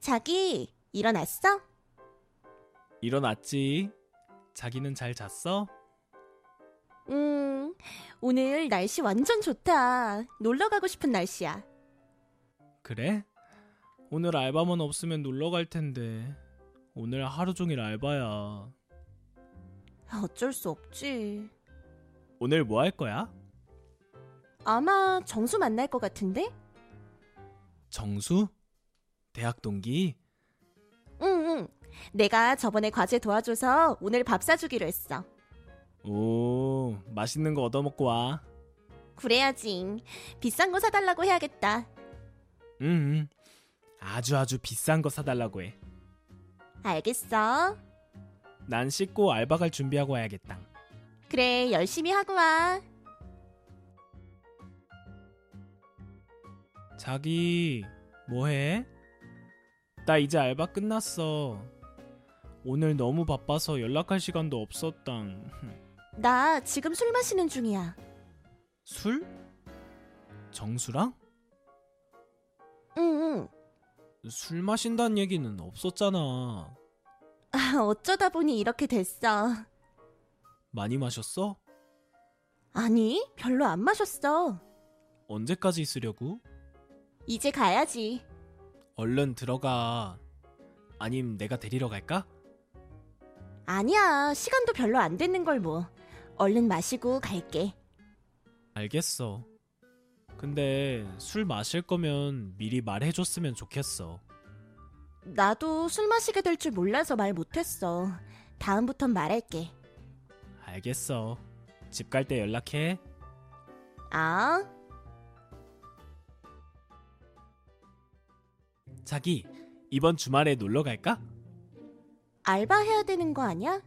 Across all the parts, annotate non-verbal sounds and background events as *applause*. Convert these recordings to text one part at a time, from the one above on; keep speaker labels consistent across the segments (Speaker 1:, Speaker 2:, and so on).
Speaker 1: 자기 일어났어?
Speaker 2: 일어났지. 자기는 잘 잤어?
Speaker 1: 음, 오늘 날씨 완전 좋다. 놀러 가고 싶은 날씨야.
Speaker 2: 그래? 오늘 알바만 없으면 놀러 갈 텐데. 오늘 하루 종일 알바야.
Speaker 1: 아, 어쩔 수 없지.
Speaker 2: 오늘 뭐 할 거야?
Speaker 1: 아마 정수 만날 것 같은데?
Speaker 2: 정수? 대학 동기?
Speaker 1: 응, 응. 내가 저번에 과제 도와줘서 오늘 밥 사주기로 했어.
Speaker 2: 오, 맛있는 거 얻어먹고 와.
Speaker 1: 그래야지. 비싼 거 사달라고 해야겠다.
Speaker 2: 응, 응. 아주 아주 비싼 거 사달라고 해.
Speaker 1: 알겠어.
Speaker 2: 난 씻고 알바 갈 준비하고 와야겠다.
Speaker 1: 그래, 열심히 하고 와.
Speaker 2: 자기, 뭐해? 나 이제 알바 끝났어. 오늘 너무 바빠서 연락할 시간도 없었당.
Speaker 1: 나 지금 술 마시는 중이야.
Speaker 2: 술? 정수랑?
Speaker 1: 응, 응.
Speaker 2: 술 마신다는 얘기는 없었잖아.
Speaker 1: 아, *laughs* 어쩌다 보니 이렇게 됐어.
Speaker 2: 많이 마셨어?
Speaker 1: 아니, 별로 안 마셨어.
Speaker 2: 언제까지 있으려고?
Speaker 1: 이제 가야지.
Speaker 2: 얼른 들어가. 아님 내가 데리러 갈까?
Speaker 1: 아니야, 시간도 별로 안 됐는 걸 뭐. 얼른 마시고 갈게.
Speaker 2: 알겠어. 근데 술 마실 거면 미리 말해줬으면 좋겠어.
Speaker 1: 나도 술 마시게 될 줄 몰라서 말 못했어. 다음부턴 말할게.
Speaker 2: 알겠어. 집 갈 때 연락해.
Speaker 1: 아,
Speaker 2: 자기, 이번 주말에 놀러 갈까?
Speaker 1: 알바 해야 되는 거 아니야?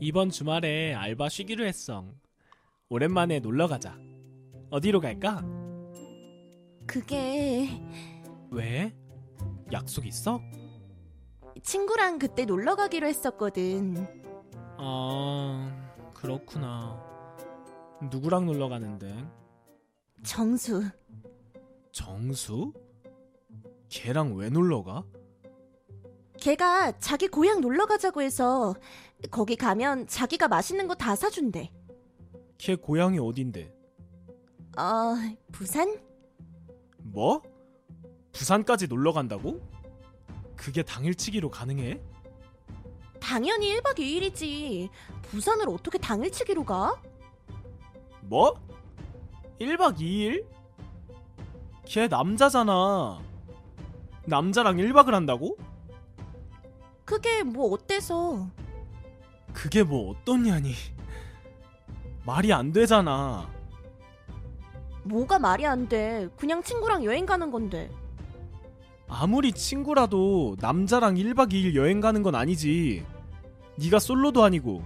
Speaker 2: 이번 주말에 알바 쉬기로 했어. 오랜만에 놀러 가자. 어디로 갈까?
Speaker 1: 그게
Speaker 2: 왜? 약속 있어?
Speaker 1: 친구랑 그때 놀러 가기로 했었거든.
Speaker 2: 아, 그렇구나. 누구랑 놀러 가는데?
Speaker 1: 정수.
Speaker 2: 정수? 걔랑 왜 놀러 가?
Speaker 1: 걔가 자기 고향 놀러 가자고 해서 거기 가면 자기가 맛있는 거 다 사준대.
Speaker 2: 걔 고향이 어딘데?
Speaker 1: 어, 부산?
Speaker 2: 뭐? 부산까지 놀러 간다고? 그게 당일치기로 가능해?
Speaker 1: 당연히 1박 2일이지. 부산을 어떻게 당일치기로 가?
Speaker 2: 뭐? 1박 2일? 걔 남자잖아. 남자랑 1박을 한다고?
Speaker 1: 그게 뭐 어때서?
Speaker 2: 그게 뭐 어떻냐니. *laughs* 말이 안 되잖아.
Speaker 1: 뭐가 말이 안 돼. 그냥 친구랑 여행 가는 건데.
Speaker 2: 아무리 친구라도 남자랑 1박 2일 여행 가는 건 아니지. 네가 솔로도 아니고.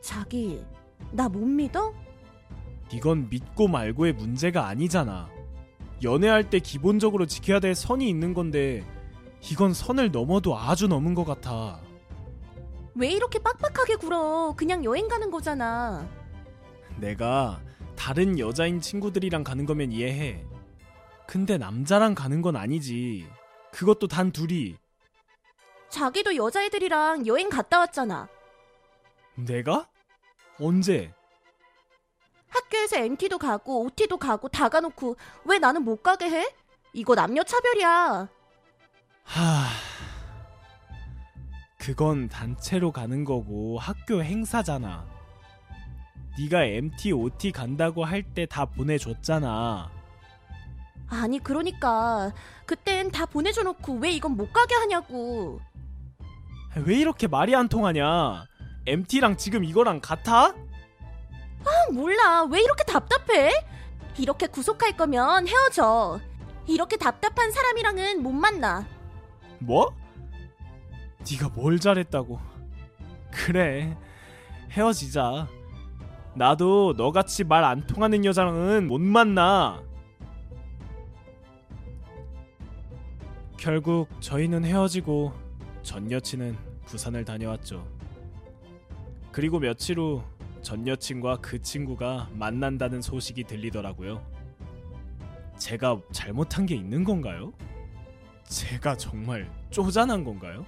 Speaker 1: 자기, 나 못 믿어?
Speaker 2: 이건 믿고 말고의 문제가 아니잖아. 연애할 때 기본적으로 지켜야 될 선이 있는 건데 이건 선을 넘어도 아주 넘은 것 같아.
Speaker 1: 왜 이렇게 빡빡하게 굴어? 그냥 여행 가는 거잖아.
Speaker 2: 내가 다른 여자인 친구들이랑 가는 거면 이해해. 근데 남자랑 가는 건 아니지. 그것도 단 둘이.
Speaker 1: 자기도 여자애들이랑 여행 갔다 왔잖아.
Speaker 2: 내가? 언제?
Speaker 1: 학교에서 MT도 가고 OT도 가고 다 가놓고 왜 나는 못 가게 해? 이거 남녀 차별이야.
Speaker 2: 하. 그건 단체로 가는 거고 학교 행사잖아. 네가 MT, OT 간다고 할 때 다 보내줬잖아.
Speaker 1: 아니 그러니까 그땐 다 보내줘놓고 왜 이건 못 가게 하냐고.
Speaker 2: 왜 이렇게 말이 안 통하냐? MT랑 지금 이거랑 같아?
Speaker 1: 아, 몰라 왜 이렇게 답답해? 이렇게 구속할 거면 헤어져. 이렇게 답답한 사람이랑은 못 만나.
Speaker 2: 뭐? 네가 뭘 잘했다고? 그래 헤어지자. 나도 너같이 말 안 통하는 여자랑은 못 만나. 결국 저희는 헤어지고 전 여친은 부산을 다녀왔죠. 그리고 며칠 후 전 여친과 그 친구가 만난다는 소식이 들리더라고요. 제가 잘못한 게 있는 건가요? 제가 정말 쪼잔한 건가요?